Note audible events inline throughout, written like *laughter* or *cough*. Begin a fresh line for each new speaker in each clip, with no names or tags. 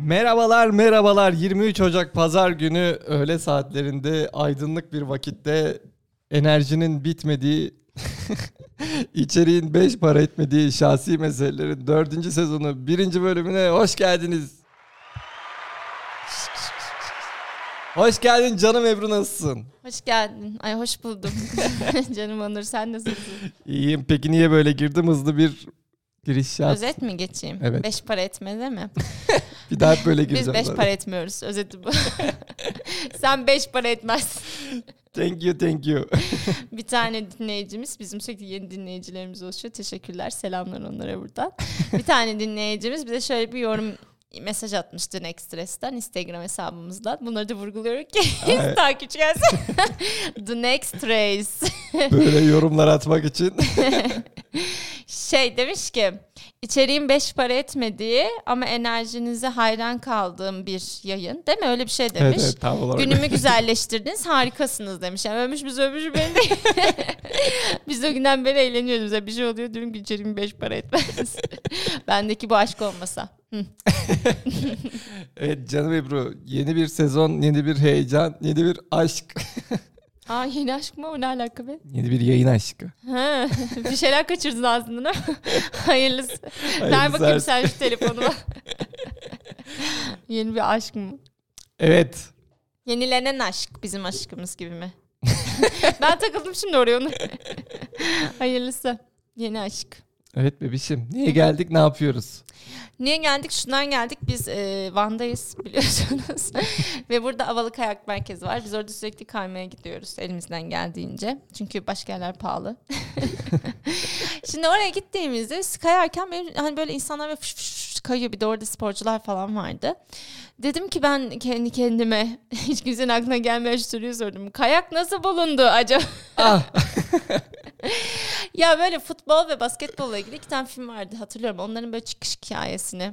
Merhabalar merhabalar 23 Ocak Pazar günü öğle saatlerinde aydınlık bir vakitte enerjinin bitmediği *laughs* içeriğin beş para etmediği şahsi meselelerin 4. sezonu 1. bölümüne hoş geldiniz. Hoş geldin canım Ebru nasılsın?
Hoş geldin. Ay hoş buldum. *laughs* Canım Onur sen nasılsın?
İyiyim peki niye böyle girdim hızlı bir giriş yap.
Özet mi geçeyim?
Evet.
Beş para etmedi mi?
Bir daha hep böyle gireceğim.
Biz beş
zaten.
para etmiyoruz. Özeti bu. sen beş para etmezsin.
Thank you thank you.
Bir tane dinleyicimiz, bizim sürekli yeni dinleyicilerimiz oluşuyor. Teşekkürler, selamlar onlara buradan. bir tane dinleyicimiz bize şöyle bir yorum mesaj atmıştı Nextres'ten, Instagram hesabımızdan. Bunları da vurguluyorum ki
Ay.
*laughs* takipçi gelsin. The Next Race.
Böyle yorumlar atmak için.
Şey demiş ki içeriğin beş para etmediği ama enerjinize hayran kaldığım bir yayın değil mi öyle bir şey demiş.
*laughs* evet, evet, tam olarak. *laughs*
Günümü güzelleştirdiniz harikasınız demiş. Yani övmüş biz *laughs* övmüş beni. biz o günden beri eğleniyoruz. Ya bir şey oluyor diyorum ki içeriğin beş para etmez. *laughs* Bendeki bu aşk olmasa.
Evet canım Ebru yeni bir sezon, yeni bir heyecan, yeni bir aşk. *laughs*
Aa yeni aşk mı o ne alaka be?
Yeni bir yayın aşkı.
Ha, *laughs* bir şeyler kaçırdın ağzından ama *laughs* hayırlısı. Ver
Hayırlısı
bakayım
olsun.
sen şu telefonuma. *laughs* yeni bir aşk mı?
Evet.
Yenilenen aşk bizim aşkımız gibi mi? ben takıldım şimdi oraya onu. *laughs* Hayırlısı. Yeni aşk.
Evet bebişim. Niye geldik ne yapıyoruz?
Niye geldik? Şundan geldik. Biz e, Van'dayız *laughs* biliyorsunuz. Ve burada Avalık Kayak Merkezi var. Biz orada sürekli kaymaya gidiyoruz elimizden geldiğince. Çünkü başka yerler pahalı. *laughs* Şimdi oraya gittiğimizde biz kayarken benim, hani böyle insanlar böyle fış fış fış kayıyor. Bir de orada sporcular falan vardı. Dedim ki ben kendi kendime *laughs* hiç kimsenin aklına gelmeyen şu soruyu sordum. Kayak nasıl bulundu acaba?
Ah
Ya böyle futbol ve basketbolla ilgili iki tane film vardı hatırlıyorum. Onların böyle çıkış hikayesini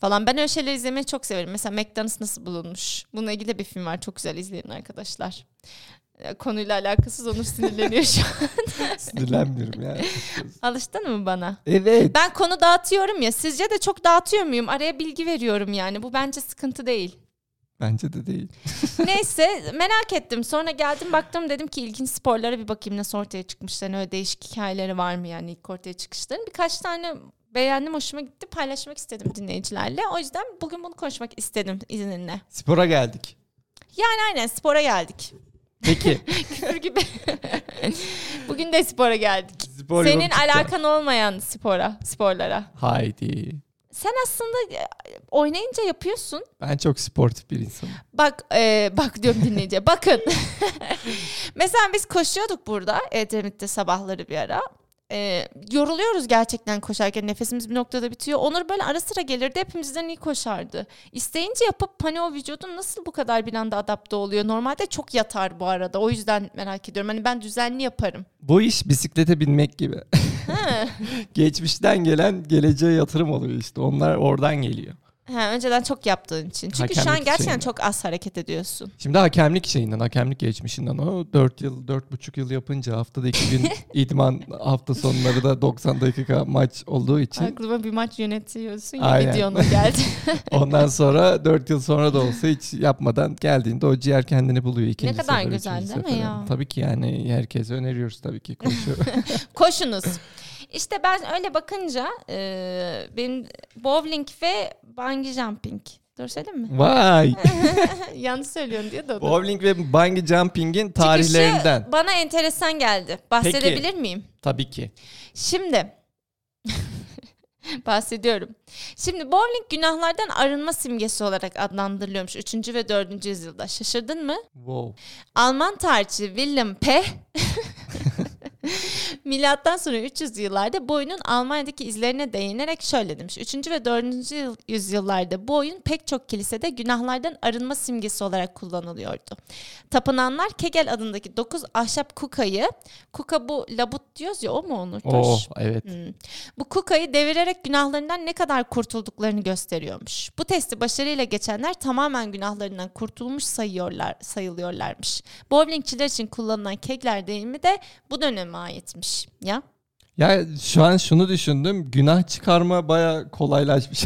falan. Ben öyle şeyleri izlemeyi çok severim. Mesela McDonald's nasıl bulunmuş? Bununla ilgili de bir film var. Çok güzel izleyin arkadaşlar. Ee, Konuyla alakasız Onur sinirleniyor şu an.
sinirlenmiyorum
*laughs*
ya.
Alıştın mı bana?
Evet.
Ben konu dağıtıyorum ya. Sizce de çok dağıtıyor muyum? Araya bilgi veriyorum yani. Bu bence sıkıntı değil.
Bence de değil.
Neyse merak ettim. Sonra geldim baktım dedim ki ilginç sporlara bir bakayım nasıl ortaya çıkmışlar. Öyle değişik hikayeleri var mı yani ilk ortaya çıkışların. Birkaç tane beğendim hoşuma gitti paylaşmak istedim dinleyicilerle. O yüzden bugün bunu konuşmak istedim izninle.
Spora geldik.
Yani aynen spora geldik. *laughs*
Peki.
Küfür gibi. *laughs* bugün de spora geldik.
Spor
Senin
yolu tutacağız.
alakan olmayan spora, sporlara.
Haydi.
Sen aslında e, oynayınca yapıyorsun.
Ben çok sportif bir insanım.
Bak e, bak diyorum dinleyiciye bakın. Mesela biz koşuyorduk burada Edremit'te sabahları bir ara. E, yoruluyoruz gerçekten koşarken nefesimiz bir noktada bitiyor. Onur böyle ara sıra gelirdi hepimizden iyi koşardı. İsteyince yapıp hani o vücudun nasıl bu kadar bir anda adapte oluyor? Normalde çok yatar bu arada o yüzden merak ediyorum. Hani ben düzenli yaparım.
Bu iş bisiklete binmek gibi.
Ha.
*laughs* Geçmişten gelen geleceğe yatırım oluyor işte. Onlar oradan geliyor.
Ha, önceden çok yaptığın için. Çünkü şu an
Hakemlik
gerçekten
şeyinde.
çok az hareket ediyorsun.
Şimdi hakemlik şeyinden, hakemlik geçmişinden o 4 yıl, 4,5 yıl yapınca haftada 2
*laughs*
gün idman hafta sonları da 90 dakika maç olduğu için
Aklıma bir maç yönetiyorsun ya
Aynen.
videonun geldi.
ondan sonra 4 yıl sonra da olsa hiç yapmadan geldiğinde o ciğer kendini buluyor ikinci
kadar
sefer,
güzel
üçüncü
değil mi
sefere.
ya?
Tabii ki yani herkese öneriyoruz tabii ki koşu. *laughs*
Koşunuz. İşte ben öyle bakınca e, benim bowling ve bungee jumping. Doğru söyledim mi?
Vay!
*laughs* Yanlış söylüyorum diye de olur.
Bowling ve bungee jumping'in tarihlerinden.
Çıkışı bana enteresan geldi. Bahsedebilir miyim?
Tabii ki.
Şimdi *laughs* bahsediyorum. Şimdi bowling günahlardan arınma simgesi olarak adlandırılıyormuş 3. ve 4. yüzyılda. Şaşırdın mı?
Wow.
Alman tarihçi Willem Peh *laughs* Milattan sonra 300 yıllarda bu oyunun Almanya'daki izlerine değinerek şöyle demiş. 3. ve 4. yıl- yüzyıllarda bu oyun pek çok kilisede günahlardan arınma simgesi olarak kullanılıyordu. Tapınanlar Kegel adındaki 9 ahşap kukayı, kuka bu labut diyoruz ya o mu Onur? Taş?
Oh evet.
Hmm. Bu kukayı devirerek günahlarından ne kadar kurtulduklarını gösteriyormuş. Bu testi başarıyla geçenler tamamen günahlarından kurtulmuş sayıyorlar, sayılıyorlarmış. Bowlingçiler için kullanılan kegler deyimi de bu döneme aitmiş. Ya
Ya şu an şunu düşündüm. Günah çıkarma baya kolaylaşmış. *laughs*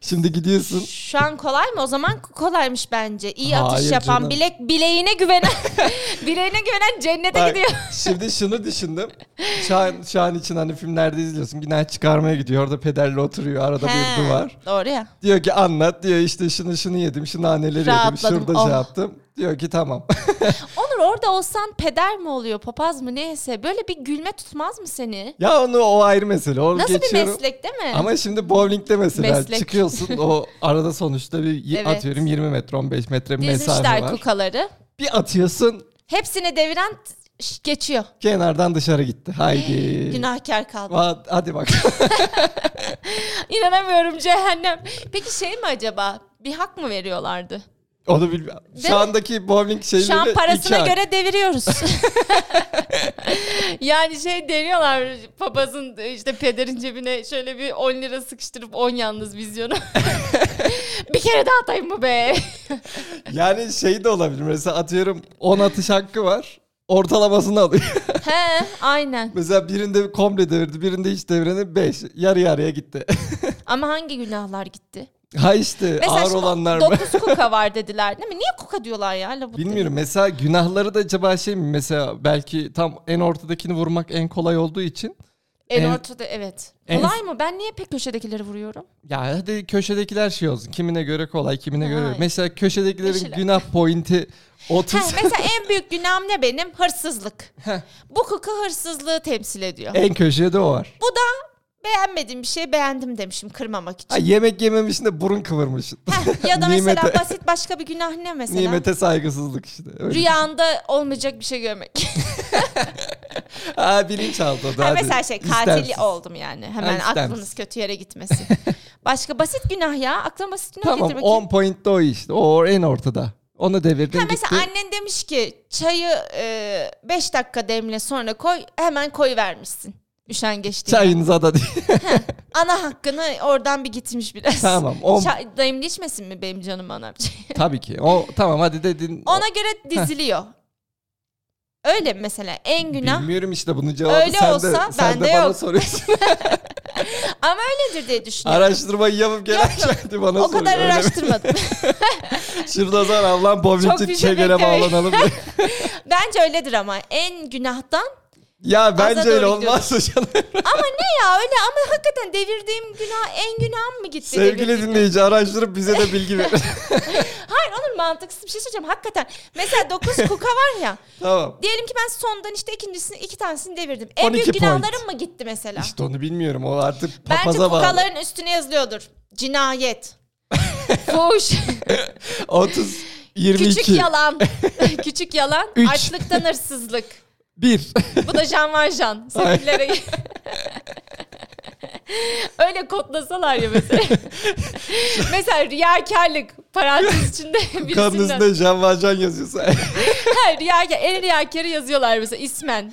Şimdi gidiyorsun.
Şu an kolay mı? O zaman kolaymış bence. İyi
Hayır
atış yapan,
canım.
bilek bileğine güvenen, *laughs* bileğine güvenen cennete
Bak,
gidiyor.
*laughs* şimdi şunu düşündüm. Şu an, şu an için hani filmlerde izliyorsun. Günah çıkarmaya gidiyor. Orada pederle oturuyor. Arada bir
He,
duvar.
Doğru ya.
Diyor ki anlat. Diyor işte şunu şunu yedim. Şunu anneleri yedim.
Rahatladım,
Şurada
oh.
şey yaptım. Diyor ki tamam. *laughs*
Onur orada olsan peder mi oluyor, papaz mı neyse böyle bir gülme tutmaz mı seni?
ya onu o ayrı mesele. Onu
Nasıl bir
geçiyorum.
meslek değil mi?
Ama şimdi bowlingde mesela
Meslek.
çıkıyorsun
*laughs*
o arada sonuçta bir y-
Evet.
atıyorum 20 metre 15 metre bir mesafe
Dizmişler
var.
kukaları.
Bir atıyorsun
Hepsini deviren t- ş- geçiyor.
kenardan dışarı gitti. Haydi.
Günahkar kaldı.
Va- Hadi bak. *laughs*
İnanamıyorum cehennem. Peki şey mi acaba? Bir hak mı veriyorlardı?
Onu bilmiyorum.
Değil
Şu
mi?
andaki bowling şeyleri
Şu an parasına
Ee, iki ay.
göre
*laughs*
deviriyoruz. yani şey deniyorlar papazın işte pederin cebine şöyle bir 10 lira sıkıştırıp 10
*laughs*
yalnız vizyonu. bir kere daha atayım mı be?
Yani şey de olabilir. Mesela atıyorum 10 atış hakkı var. Ortalamasını alıyor. *laughs*
He aynen.
mesela birinde komple devirdi, birinde hiç devreni 5. Yarı yarıya gitti. *laughs*
Ama hangi günahlar gitti?
ha işte ağır olanlar mı? *laughs*
9 kuka var dediler değil mi? Niye kuka diyorlar ya? labut diye?
Bilmiyorum. Mesela günahları da acaba şey mi? Mesela belki tam en ortadakini vurmak en kolay olduğu için
En,
En-
ortada evet.
en-
Kolay mı? Ben niye pek
*laughs*
köşedekileri vuruyorum?
Ya hadi köşedekiler şey olsun. Kimine göre kolay, kimine
Ha,
göre.
hayır.
Mesela köşedekilerin
Köşeler.
günah pointi 30.
*laughs* Ha, mesela en büyük günahım ne benim? Hırsızlık.
Heh. E-
Bu kuka hırsızlığı temsil ediyor.
en köşede o var.
Bu da beğenmediğim bir şey beğendim demişim kırmamak
Ha,
için.
yemek yememişsin de burun kıvırmışsın. *laughs*
Heh, ya da mesela
Nimete-
basit başka bir günah ne mesela?
Nimete saygısızlık işte. Öyle.
Rüyanda olmayacak bir şey görmek.
Ha bilinçaltı o da.
ha,
hadi.
*laughs* mesela şey katil
İstersiz.
oldum yani. Hemen
Ha, istemsiz.
aklınız kötü
*laughs*
yere gitmesin. başka basit günah ya. Aklıma basit günah
Tamam
getir bakayım.
10 point de o işte. O en ortada. Onu devirdin
Ha,
gitti.
mesela annen demiş ki çayı 5 dakika demle sonra koy hemen koy vermişsin. Üşengeç diye.
Çayınıza da
*laughs*
değil.
Ana hakkını oradan bir gitmiş biraz.
Tamam, on-
*laughs* Çay, dayım içmesin mi benim canım anam? *laughs*
Tabii ki. O tamam hadi dedin.
Ona göre diziliyor. Öyle mi mesela en günah
Bilmiyorum işte bunun cevabı
Öyle
sen de,
olsa
sen de bana
bende yok. *laughs*
soruyorsun.
ama öyledir diye düşünüyorum.
Araştırmayı yapıp gelen kendi bana
o
soruyor.
kadar
Öyle mi?
araştırmadım.
*laughs* Şurada zar avlan
Çok
Bobic'in
bize
çegele
beklemeyin.
bağlanalım
*laughs*
diye.
Bence öyledir ama en günahtan
Ya bence
doğru
öyle
gidiyoruz.
olmaz hocam.
ama ne ya öyle ama hakikaten devirdiğim günah en günahım mı gitti?
Sevgili
devirdiğim?
dinleyici araştırıp bize de bilgi
*laughs*
verin.
Hayır onun mantıksız bir şey söyleyeceğim hakikaten. Mesela 9 kuka var ya
*laughs* tamam.
diyelim ki ben sondan işte ikincisini iki tanesini devirdim. En
12
büyük
point.
günahlarım mı gitti mesela?
İşte onu bilmiyorum. O artık
Bence
papaza bağlı.
kukaların üstüne yazılıyordur.
*laughs*
Cinayet. Fuş.
30, 22,
Küçük
*laughs*
yalan. Küçük yalan.
Üç.
Açlıktan hırsızlık.
1.
Bu da Jean Valjean. Sefillere *laughs* Öyle kodlasalar ya
*laughs*
mesela. mesela riyakarlık parantez içinde
Kanın
birisinden.
üstünde Jean Valjean
*laughs*
yazıyorsa.
Ha, riyakar, en riyakarı yazıyorlar mesela ismen.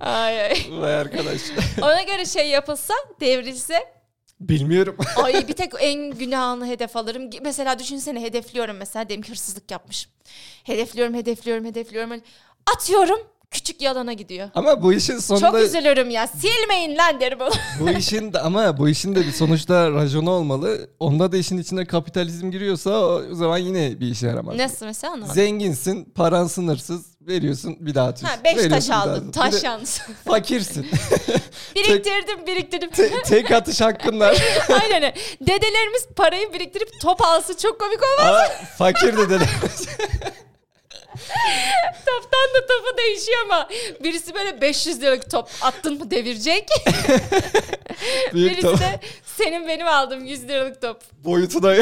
ay, ay.
Vay arkadaş.
Ona göre şey yapılsa devrilse
Bilmiyorum. *laughs*
Ay bir tek en günahını hedef alırım. Mesela düşünsene hedefliyorum mesela diyelim ki hırsızlık yapmışım. Hedefliyorum, hedefliyorum, hedefliyorum. Hani Atıyorum küçük yalana gidiyor.
ama bu işin
Çok
sonunda
üzülürüm ya. Silmeyin lan derim onu.
bu işin de, ama bu işin de bir sonuçta raconu olmalı. Onda da işin içine kapitalizm giriyorsa o zaman yine bir işe yaramaz.
Nasıl mesela anlamadım.
Zenginsin, paran sınırsız, veriyorsun bir daha atıyorsun.
Ha, beş taş
Veriyorsun, bir daha atıyorsun.
aldım.
Bir de
Taş yalnız.
Fakirsin.
*laughs*
*laughs*
biriktirdim, biriktirdim.
Te- tek atış hakkın var.
*laughs* Aynen öyle. Dedelerimiz parayı biriktirip top alsa çok komik olmaz.
Ama fakir dedelerimiz.
Toptan da topu değişiyor ama birisi böyle 500 liralık top attın
*laughs*
mı devirecek.
Büyük
Birisi
top.
de senin benim aldığım 100 liralık top.
Boyutuna.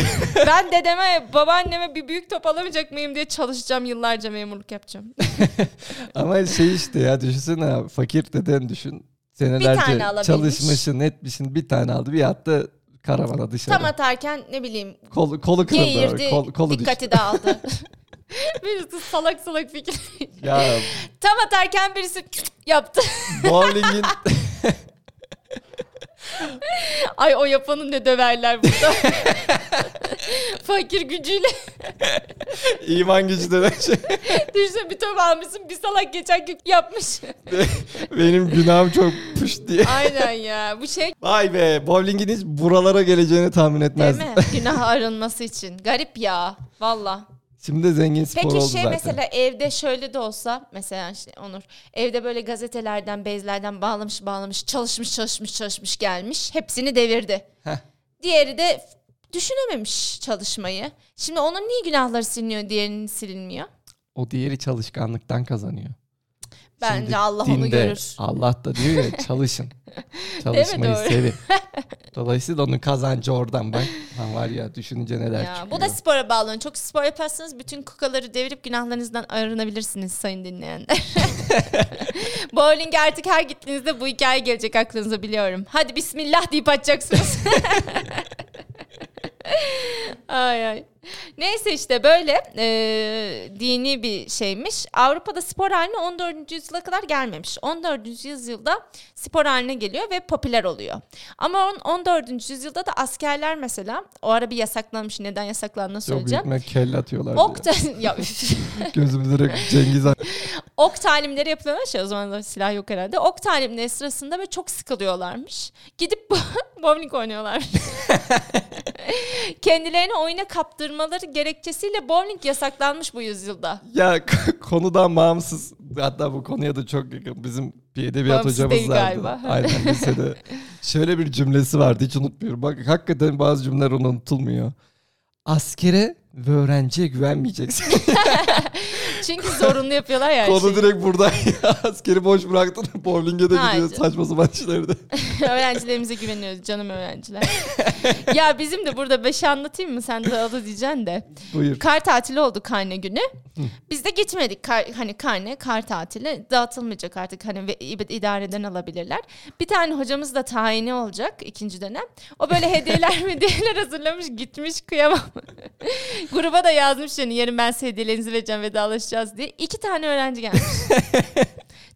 Ben dedeme, babaanneme bir büyük top alamayacak mıyım diye çalışacağım yıllarca
*laughs*
memurluk yapacağım.
Ama şey işte ya düşünsene abi, fakir deden düşün. Senelerce
alabilmiş.
çalışmışsın etmişsin bir tane aldı bir attı karavana dışarı.
Tam atarken ne bileyim
Kolu, kolu kırıldı. abi,
geğirdi,
kol- kolu düştü.
dikkati
*laughs*
dağıldı. birisi salak salak fikir.
Ya
*laughs* Tam atarken birisi yaptı.
bowlingin
*laughs* Ay o yapanı ne
*laughs*
döverler burada. Fakir gücüyle *laughs*
İman gücü denen şey.
düşse bir top almışsın bir salak geçen gün yapmış.
Benim günahım çok püş diye.
Aynen ya bu şey
Vay be bowlingin hiç buralara geleceğini tahmin
değil
etmezdim.
mi? Günah arınması için. Garip ya valla.
*laughs* Şimdi de zengin spor
Peki
oldu
şey
zaten.
mesela evde şöyle de olsa mesela işte Onur evde böyle gazetelerden bezlerden bağlamış bağlamış çalışmış çalışmış çalışmış gelmiş hepsini devirdi.
Heh.
Diğeri de düşünememiş çalışmayı. Şimdi onun niye günahları siliniyor diğerinin silinmiyor?
O diğeri çalışkanlıktan kazanıyor.
Bence
Şimdi
Allah onu
dinde
görür.
Allah da diyor ya
*laughs*
çalışın. Çalışmayı
Doğru. *laughs*
sevin. Dolayısıyla onun kazancı oradan bak. Lan var ya düşününce neler
Ya,
çıkıyor.
bu da spora bağlanıyor. Çok spor yaparsanız bütün kukaları devirip günahlarınızdan arınabilirsiniz
*laughs*
sayın dinleyenler. Bowling artık her gittiğinizde bu hikaye gelecek aklınıza biliyorum. Hadi bismillah
*laughs*
deyip açacaksınız. ay ay. Neyse işte böyle e, dini bir şeymiş. Avrupa'da spor haline 14. yüzyıla kadar gelmemiş. 14. yüzyılda spor haline geliyor ve popüler oluyor. Ama on- 14. yüzyılda da askerler mesela o ara bir yasaklanmış. Neden yasaklandığını
Çok
söyleyeceğim.
büyük kelle atıyorlar.
Ok,
diye.
ta- *laughs* ya, üf.
*laughs* Gözüm direkt Cengiz Han.
ok talimleri yapılıyormuş ya o zaman da silah yok herhalde. Ok talimleri sırasında böyle çok sıkılıyorlarmış. Gidip *laughs* bowling oynuyorlar. Kendilerini oyuna kaptırmaları gerekçesiyle bowling yasaklanmış bu yüzyılda.
Ya k- konudan bağımsız hatta bu konuya da çok yakın bizim bir edebiyat
Bağımsız
hocamız
değil
vardı.
galiba. *laughs*
Aynen lisede. Şöyle bir cümlesi vardı hiç unutmuyorum. Bak hakikaten bazı cümleler unutulmuyor. Askere ve öğrenciye güvenmeyeceksin.
Çünkü zorunlu yapıyorlar ya. her şey.
Konu
şeyi.
direkt buradan *laughs* ya. Askeri boş bıraktın. *laughs* Bowling'e de
Ha,
gidiyor.
c-
Saçma sapan
*laughs*
işlerde.
Öğrencilerimize güveniyoruz canım öğrenciler. ya bizim de burada beşi anlatayım mı? Sen de adı diyeceksin de.
Buyur.
Kar tatili oldu karne günü. Biz de gitmedik Kar- hani karne, kar tatili dağıtılmayacak artık hani ve id- idareden alabilirler. Bir tane hocamız da tayini olacak ikinci dönem.
*laughs*
O böyle hediyeler hediyeler hazırlamış gitmiş kıyamam. *laughs* Gruba da yazmış yani yarın ben size hediyelerinizi vereceğim vedalaşacağız diye. İki tane
*laughs*
öğrenci gelmiş.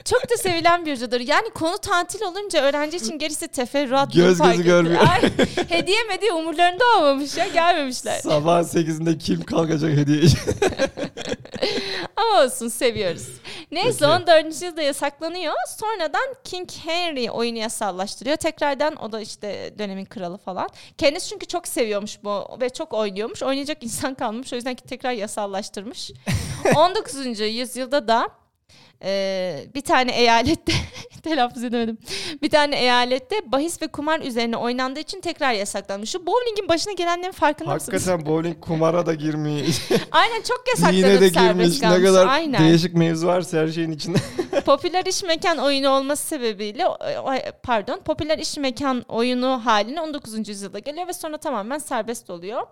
Çok da sevilen bir hocadır. Yani konu tatil olunca öğrenci için gerisi teferruat.
Göz
fark
gözü
etti.
görmüyor.
Ay, hediye medya umurlarında olmamış ya gelmemişler.
Sabah 8'inde kim kalkacak hediye için?
Ama olsun seviyoruz. Neyse
Peki.
14. yılda yasaklanıyor. Sonradan King Henry oyunu yasallaştırıyor. Tekrardan o da işte dönemin kralı falan. Kendisi çünkü çok seviyormuş bu ve çok oynuyormuş. Oynayacak insan *laughs* kalmamış. O yüzden ki
*laughs*
tekrar yasallaştırmış. 19. yüzyılda da e, bir tane eyalette *laughs* telaffuz edemedim. Bir tane eyalette bahis ve kumar üzerine oynandığı için tekrar yasaklanmış. Şu bowlingin başına gelenlerin farkında mısınız?
Hakikaten bowling kumara da
*laughs*
girmiyor.
Aynen çok
Yine
yasaklanıp
de
serbest
girmiş.
kalmış.
Ne kadar
Aynen.
değişik mevzu varsa her şeyin *laughs* içinde.
popüler iş mekan oyunu olması sebebiyle ay, pardon popüler iş mekan oyunu haline 19. yüzyılda geliyor ve sonra tamamen serbest oluyor.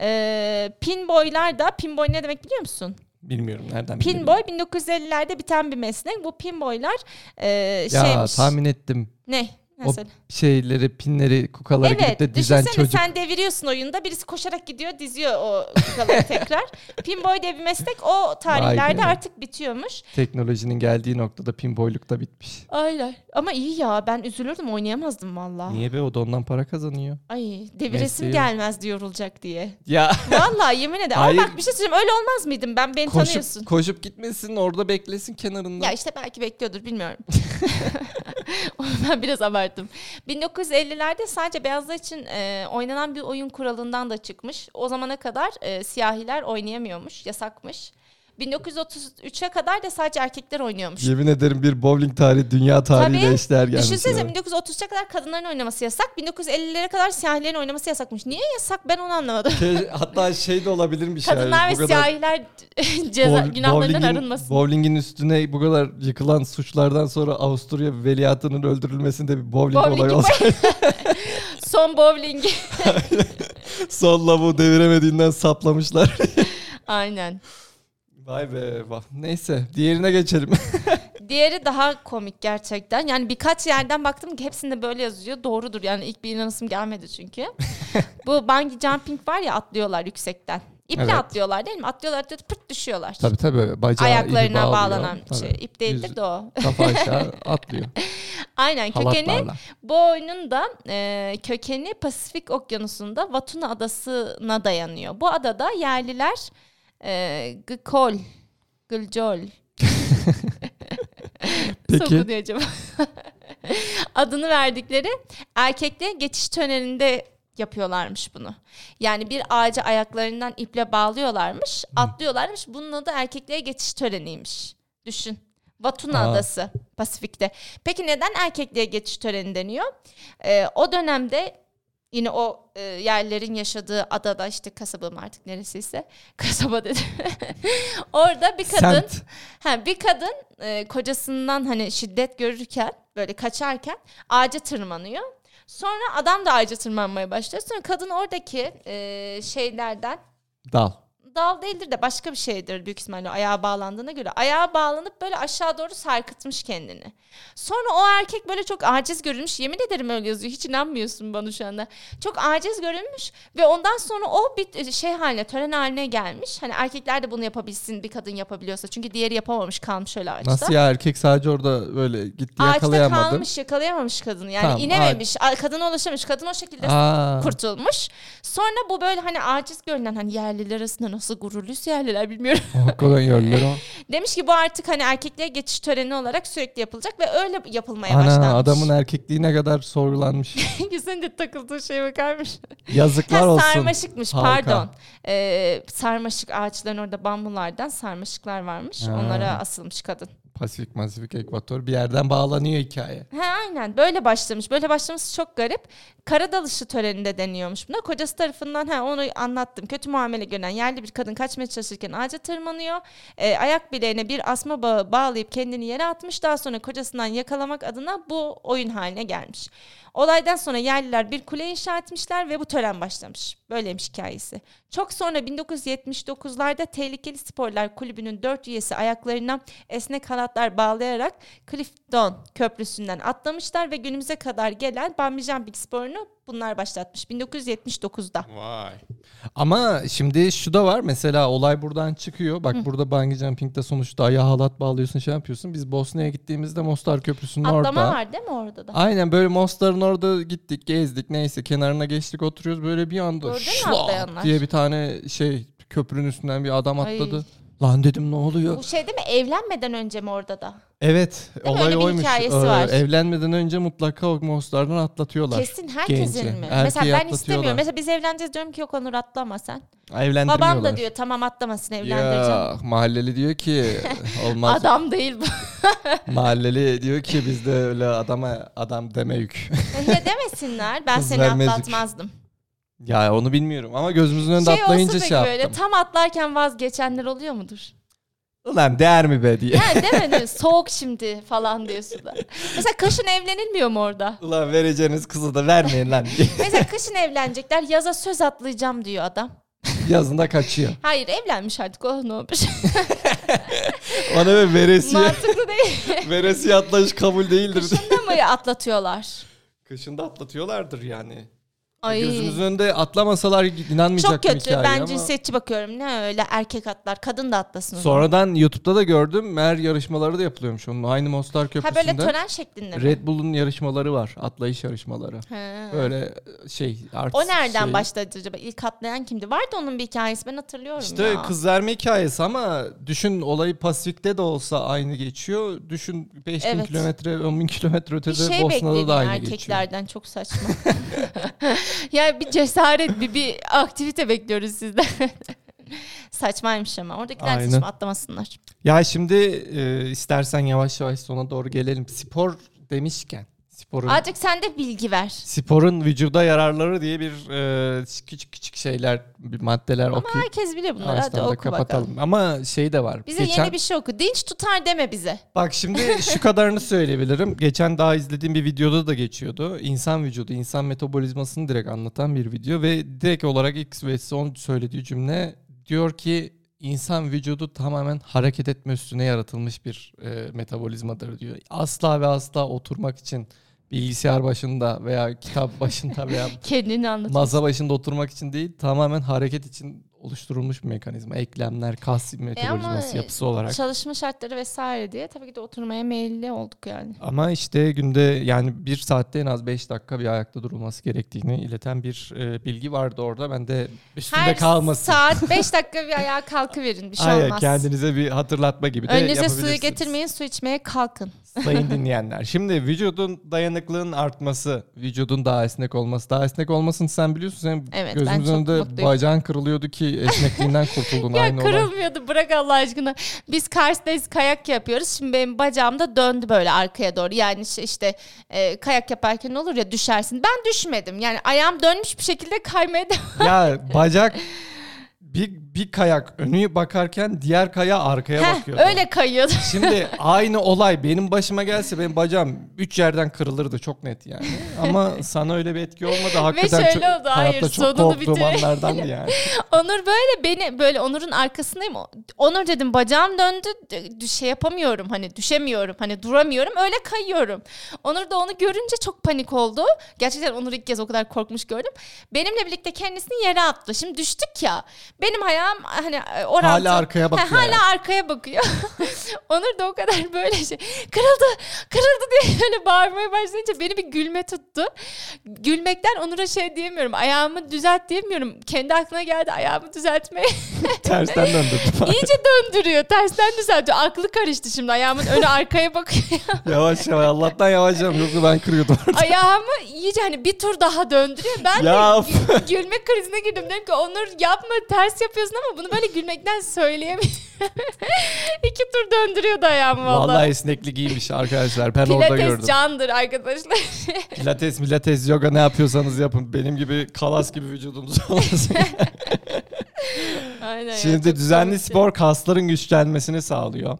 Ee, pinboylar da pinboy ne demek biliyor musun?
Bilmiyorum nereden bilirim.
Pinboy 1950'lerde biten bir meslek. Bu pinboylar e,
Ya
şeymiş.
tahmin ettim.
Ne?
O
Nasıl?
şeyleri, pinleri, kukaları gidip de
Evet,
dizen
düşünsene
çocuk.
sen deviriyorsun oyunda birisi koşarak gidiyor diziyor o
*laughs*
kukaları tekrar. Pinboy diye bir meslek o
Vay
tarihlerde
be.
artık bitiyormuş.
Teknolojinin geldiği noktada pinboyluk da bitmiş.
Aynen ama iyi ya ben üzülürdüm oynayamazdım valla.
Niye be o da ondan para kazanıyor.
Ay deviresim
Mesleği-
gelmez diye yorulacak diye.
Ya
Vallahi yemin ederim. Ama
Hayır.
bak bir şey söyleyeyim öyle olmaz mıydım ben beni tanıyorsun.
koşup, koşup gitmesin orada beklesin kenarında.
Ya işte belki
*laughs*
bekliyordur bilmiyorum. *laughs* Onu ben biraz abarttım. 1950'lerde sadece beyazlar için e, oynanan bir oyun kuralından da çıkmış. O zamana kadar e, siyahiler oynayamıyormuş, yasakmış. 1933'e kadar da sadece erkekler oynuyormuş.
Yemin ederim bir bowling tarihi dünya tarihiyle
Tabii.
eşdeğer gelmiş.
Düşünsenize
ya.
1933'e kadar kadınların oynaması yasak, 1950'lere kadar siyahilerin oynaması yasakmış. Niye yasak ben onu anlamadım.
Ke- Hatta şey de olabilirmiş
Kadınlar
yani.
ve
bu kadar
siyahiler *laughs* ceza
bowl-
günahlarından
bowlingin-
arınmasın.
Bowlingin üstüne bu kadar yıkılan suçlardan sonra Avusturya veliahtının öldürülmesinde bir bowling,
Bowling
olayı
gibi.
olsa *laughs*
Son bowling. *laughs*
son lavuğu deviremediğinden saplamışlar. *laughs*
Aynen.
Vay be. vah. Neyse diğerine geçelim.
Diğeri daha komik gerçekten. Yani birkaç yerden baktım ki hepsinde böyle yazıyor. Doğrudur yani ilk bir inanasım
*laughs*
gelmedi çünkü. Bu bungee jumping var ya atlıyorlar yüksekten. İple
Evet.
atlıyorlar değil mi? Atlıyorlar atlıyorlar pırt düşüyorlar.
*laughs* Tabii tabii bacağı ipi
Ayaklarına
bağlıyor.
bağlanan
Tabii.
şey. İp değildir
Yüz-
de o. *laughs*
Kafa aşağı atlıyor.
Aynen kökeni
Halatlarla.
bu oyunun da e, kökeni Pasifik Okyanusu'nda Vatuna Adası'na dayanıyor. Bu adada yerliler e, Gıkol, Gılcol.
Peki.
Nasıl okunuyor acaba? *laughs* Adını verdikleri erkekle geçiş töreninde yapıyorlarmış bunu. Yani bir ağaca ayaklarından iple bağlıyorlarmış, atlıyorlarmış. Bunun adı erkekliğe geçiş töreniymiş. Düşün. Vatuna
Aa.
Adası Pasifik'te. Peki neden erkekliğe geçiş töreni deniyor? Ee, o dönemde yine o e, yerlerin yaşadığı adada işte kasaba mı artık neresiyse *laughs* kasaba dedi. Orada bir kadın
Semt.
Ha, bir kadın e, kocasından hani şiddet görürken böyle kaçarken ağaca tırmanıyor. Sonra adam da ağaca tırmanmaya başlıyor. Sonra kadın oradaki e, şeylerden
Dal.
dal değildir de başka bir şeydir büyük ihtimalle ayağa bağlandığına göre. Ayağa bağlanıp böyle aşağı doğru sarkıtmış kendini. Sonra o erkek böyle çok aciz görünmüş. Yemin ederim öyle yazıyor. Hiç inanmıyorsun bana şu anda. Çok aciz görünmüş ve ondan sonra o bir şey haline, tören haline gelmiş. Hani erkekler de bunu yapabilsin bir kadın yapabiliyorsa. Çünkü diğeri yapamamış kalmış öyle ağaçta.
Nasıl ya erkek sadece orada böyle gitti
Ağaçta
yakalayamadım.
kalmış yakalayamamış kadını yani
Tamam,
inememiş a- kadına ulaşamamış kadın o şekilde
Aa,
kurtulmuş. Sonra bu böyle hani aciz görünen hani yerliler arasında nasıl gururluysa yerliler bilmiyorum.
o
*laughs* E,
kolonyörler o.
Demiş ki bu artık hani erkekliğe geçiş töreni olarak sürekli yapılacak ve öyle yapılmaya
Ana
başlanmış.
adamın
*laughs*
erkekliğine kadar sorgulanmış.
Hangisinin de takıldığı şeye bakarmış.
Yazıklar
Ha,
olsun.
sarmaşıkmış
halka.
pardon. Ee, sarmaşık ağaçların orada bambulardan sarmaşıklar varmış.
Ha.
Onlara asılmış kadın.
Pasifik, Masifik, Ekvator bir yerden bağlanıyor hikaye.
He aynen böyle başlamış. Böyle başlaması çok garip. Kara dalışı töreninde deniyormuş buna. Kocası tarafından ha onu anlattım. Kötü muamele gören yerli bir kadın kaçmaya çalışırken ağaca tırmanıyor. Ee, ayak bileğine bir asma bağı bağlayıp kendini yere atmış. Daha sonra kocasından yakalamak adına bu oyun haline gelmiş. Olaydan sonra yerliler bir kule inşa etmişler ve bu tören başlamış. Böyleymiş hikayesi. Çok sonra 1979'larda Tehlikeli Sporlar Kulübü'nün dört üyesi ayaklarına esnek halatlar bağlayarak Clifton Köprüsü'nden atlamışlar ve günümüze kadar gelen Bambi Jumping sporunu bunlar başlatmış 1979'da.
Vay. Ama şimdi şu da var mesela olay buradan çıkıyor. Bak burada bungee jumping'de sonuçta ayağa halat bağlıyorsun şey yapıyorsun. Biz Bosna'ya gittiğimizde Mostar Köprüsü'nün
Atlama
orada.
var değil mi orada da?
Aynen böyle Mostar'ın orada gittik gezdik neyse kenarına geçtik oturuyoruz böyle bir anda
Gördün mü
şlak
atlayanlar?
diye bir tane şey köprünün üstünden bir adam
Ay.
atladı. Lan dedim ne oluyor?
Bu şey değil mi evlenmeden önce mi orada da?
Evet
mi?
olay
Öyle bir
oymuş. Ee,
hikayesi var.
Evlenmeden önce mutlaka o Mostar'dan atlatıyorlar.
Kesin herkesin
Genci.
mi?
Erkeği
Mesela ben
atlatıyorlar.
istemiyorum. Mesela biz evleneceğiz diyorum ki yok Onur atlama sen.
Evlendirmiyorlar.
Babam da diyor tamam atlamasın evlendireceğim.
Ya mahalleli diyor
*laughs*
ki olmaz.
Adam değil bu.
Mahalleli diyor ki bizde öyle adama adam deme yük. *laughs*
ne demesinler ben
Kız
seni
vermez yük.
atlatmazdım.
ya onu bilmiyorum ama gözümüzün önünde
şey olsa
atlayınca
peki
şey yaptım.
böyle tam atlarken vazgeçenler oluyor mudur?
Ulan değer mi be
*laughs*
diye.
Ha demedim soğuk şimdi falan diyorsun da. Mesela kışın evlenilmiyor mu orada?
Ulan vereceğiniz kızı da vermeyin lan diye. *laughs*
Mesela kışın evlenecekler yaza söz atlayacağım diyor adam.
Yazında kaçıyor.
Hayır evlenmiş artık o
*laughs*
ne olmuş.
Ona bir veresiye,
Mantıklı değil.
veresiye atlayış kabul değildir.
Kışın da mı atlatıyorlar?
Kışında atlatıyorlardır yani.
Ay.
Gözümüzün önünde atlamasalar inanmayacak
Çok
bir
kötü.
hikaye
Ben
ama-
cinsiyetçi bakıyorum. Ne öyle erkek atlar. Kadın da atlasın. o zaman.
Sonradan YouTube'da da gördüm. Meğer yarışmaları da yapılıyormuş onun. Aynı Mostar
ha
Köprüsü'nde.
böyle tören şeklinde mi?
Red Bull'un yarışmaları var. Atlayış yarışmaları.
Ha.
Böyle şey artık
O nereden
şey-
başladı acaba? İlk atlayan kimdi? Vardı onun bir hikayesi ben hatırlıyorum
İşte
ya.
kız verme hikayesi ama düşün olayı Pasifik'te de olsa aynı geçiyor. Düşün 5000
Evet.
kilometre, 10 bin kilometre
bir
ötede
şey
Bosna'da
bekledim
da aynı geçiyor.
erkeklerden çok saçma. *laughs* yani bir cesaret, bir, bir aktivite bekliyoruz sizden. *laughs* Saçmaymış ama. Oradakiler
Aynen.
saçma atlamasınlar.
Ya şimdi e, istersen yavaş yavaş sona doğru gelelim. Spor demişken sporun
Azıcık sen de bilgi ver.
sporun vücuda yararları diye bir e, küçük küçük şeyler, bir maddeler
Ama
okuyup
herkes biliyor bunları. Hadi
ağaçtan da
oku
kapatalım.
bakalım.
Ama şey de var.
Bize
Geçen-
yeni bir şey oku. Dinç tutar deme bize.
Bak şimdi şu kadarını söyleyebilirim. Geçen daha izlediğim bir videoda da geçiyordu. İnsan vücudu, insan metabolizmasını direkt anlatan bir video ve direkt olarak X ve son söylediği cümle diyor ki insan vücudu tamamen hareket etme üstüne yaratılmış bir e, metabolizmadır diyor. Asla ve asla oturmak için bilgisayar başında veya kitap başında veya
*laughs* Kendini anlat.
masa başında oturmak için değil tamamen hareket için oluşturulmuş bir mekanizma. Eklemler, kas metabolizması
E ama
yapısı olarak.
Çalışma şartları vesaire diye tabii ki de oturmaya meyilli olduk yani.
Ama işte günde yani bir saatte en az 5 dakika bir ayakta durulması gerektiğini ileten bir e, bilgi vardı orada. Ben de üstünde
Her
kalmasın.
saat 5 dakika bir ayağa kalkıverin bir şey
Aynen,
olmaz.
kendinize bir hatırlatma gibi de
Önünüze suyu
yapabilirsiniz.
getirmeyin su içmeye kalkın.
*laughs* Sayın dinleyenler. Şimdi vücudun dayanıklılığın artması, vücudun daha esnek olması. Daha esnek olmasını sen biliyorsun. Sen
Evet, ben
gözümüz
çok
önünde
mutluyum.
bacağın kırılıyordu ki
*laughs*
esnekliğinden kurtuldun.
Ya
Aynı olan.
kırılmıyordu bırak Allah aşkına. Biz Kars'tayız kayak yapıyoruz. Şimdi benim bacağım da döndü böyle arkaya doğru. Yani şey işte e, kayak yaparken olur ya düşersin. Ben düşmedim. Yani ayağım dönmüş bir şekilde kaymaya devam.
Ya bacak bir, bir kayak önü bakarken diğer kaya arkaya bakıyordu.
Heh, öyle kayıyordu.
Şimdi aynı olay benim başıma gelse benim bacağım 3 yerden kırılırdı çok net yani. Ama sana öyle bir etki olmadı. Hakikaten
şöyle
çok,
oldu, hayır,
hayatta çok
sonunu
korktuğum
bitireyim.
anlardandı yani.
Onur böyle beni böyle Onur'un arkasındayım. Onur dedim bacağım döndü d- şey yapamıyorum hani düşemiyorum hani duramıyorum öyle kayıyorum. Onur da onu görünce çok panik oldu. Gerçekten Onur ilk kez o kadar korkmuş gördüm. Benimle birlikte kendisini yere attı. Şimdi düştük ya benim ayağım hani e, orantı.
Hala arkaya bakıyor
hala
yani.
*laughs* arkaya bakıyor. Onur da o kadar böyle şey kırıldı kırıldı diye böyle bağırmaya başlayınca beni bir gülme tuttu. Gülmekten Onur'a şey diyemiyorum ayağımı düzelt diyemiyorum. Kendi aklına geldi ayağımı düzeltmeye. *laughs*
Tersten döndürdüm.
İyice döndürüyor tersten düzeltiyor. Aklı karıştı şimdi ayağımın önü arkaya bakıyor. *laughs*
yavaş yavaş Allah'tan yavaş yavaş yoksa ben kırıyordum.
ayağımı iyice hani bir tur daha döndürüyor. Ben
Ya.
de gü- gülme krizine girdim. Dedim ki Onur yapma ters yapıyorsun ama bunu böyle gülmekten söyleyemiyorum. *laughs* İki tur döndürüyordu ayağımı valla.
Vallahi esneklik iyiymiş arkadaşlar. Ben orada gördüm.
Pilates candır arkadaşlar. *laughs*
Pilates, milates, yoga ne yapıyorsanız yapın. Benim gibi kalas gibi vücudunuz olmasın.
Aynen ya, çok
Şimdi düzenli
komikti.
spor kasların güçlenmesini sağlıyor.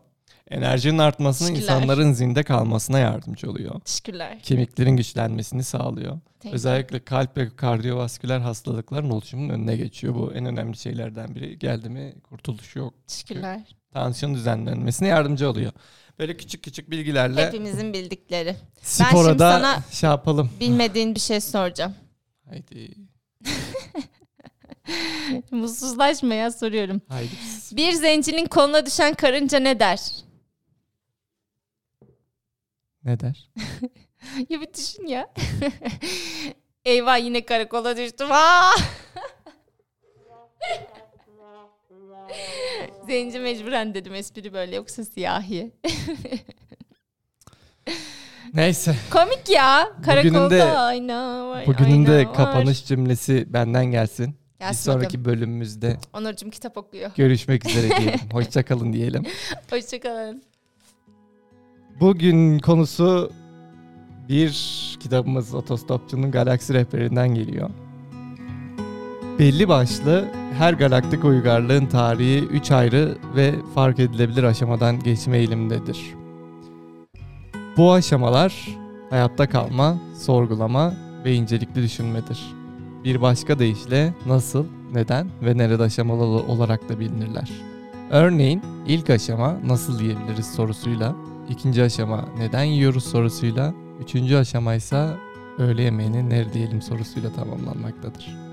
Enerjinin artmasını,
Teşekkürler.
insanların zinde kalmasına yardımcı oluyor.
Teşekkürler.
Kemiklerin güçlenmesini sağlıyor.
Thank
Özellikle kalp ve kardiyovasküler hastalıkların oluşumunun önüne geçiyor. Bu en önemli şeylerden biri. Geldi mi kurtuluş yok.
Teşekkürler.
Tansiyon düzenlenmesine yardımcı oluyor. Böyle küçük küçük bilgilerle
Hepimizin bildikleri.
spora
şimdi
da
sana-
şey yapalım.
Bilmediğin bir şey soracağım.
Haydi.
Mutsuzlaşma ya soruyorum.
Haydi.
Bir zencinin koluna düşen karınca ne der? *laughs*
Ne
*laughs*
der?
Ya bir düşün ya. *laughs* Eyvah yine karakola düştüm. Aa! *laughs* Zenci mecburen dedim espri böyle yoksa siyahi.
Neyse.
Komik ya. Karakolda
Bugünün de-
ayna var.
Bugünün de
ayna var.
kapanış cümlesi benden gelsin. Bir
Gelsin bakalım.
sonraki bölümümüzde
Onurcuğum kitap *laughs* okuyor.
görüşmek üzere diyelim. Hoşçakalın diyelim.
Hoşçakalın.
Bugün konusu bir kitabımız Otostopçunun Galaksi Rehberinden geliyor. Belli başlı her galaktik uygarlığın tarihi üç ayrı ve fark edilebilir aşamadan geçme eğilimindedir. Bu aşamalar hayatta kalma, sorgulama ve incelikli düşünmedir. Bir başka deyişle nasıl, neden ve nerede aşamalı olarak da bilinirler. Örneğin ilk aşama nasıl diyebiliriz sorusuyla İkinci aşama neden yiyoruz sorusuyla, üçüncü aşama ise öğle yemeğini nerede yiyelim sorusuyla tamamlanmaktadır.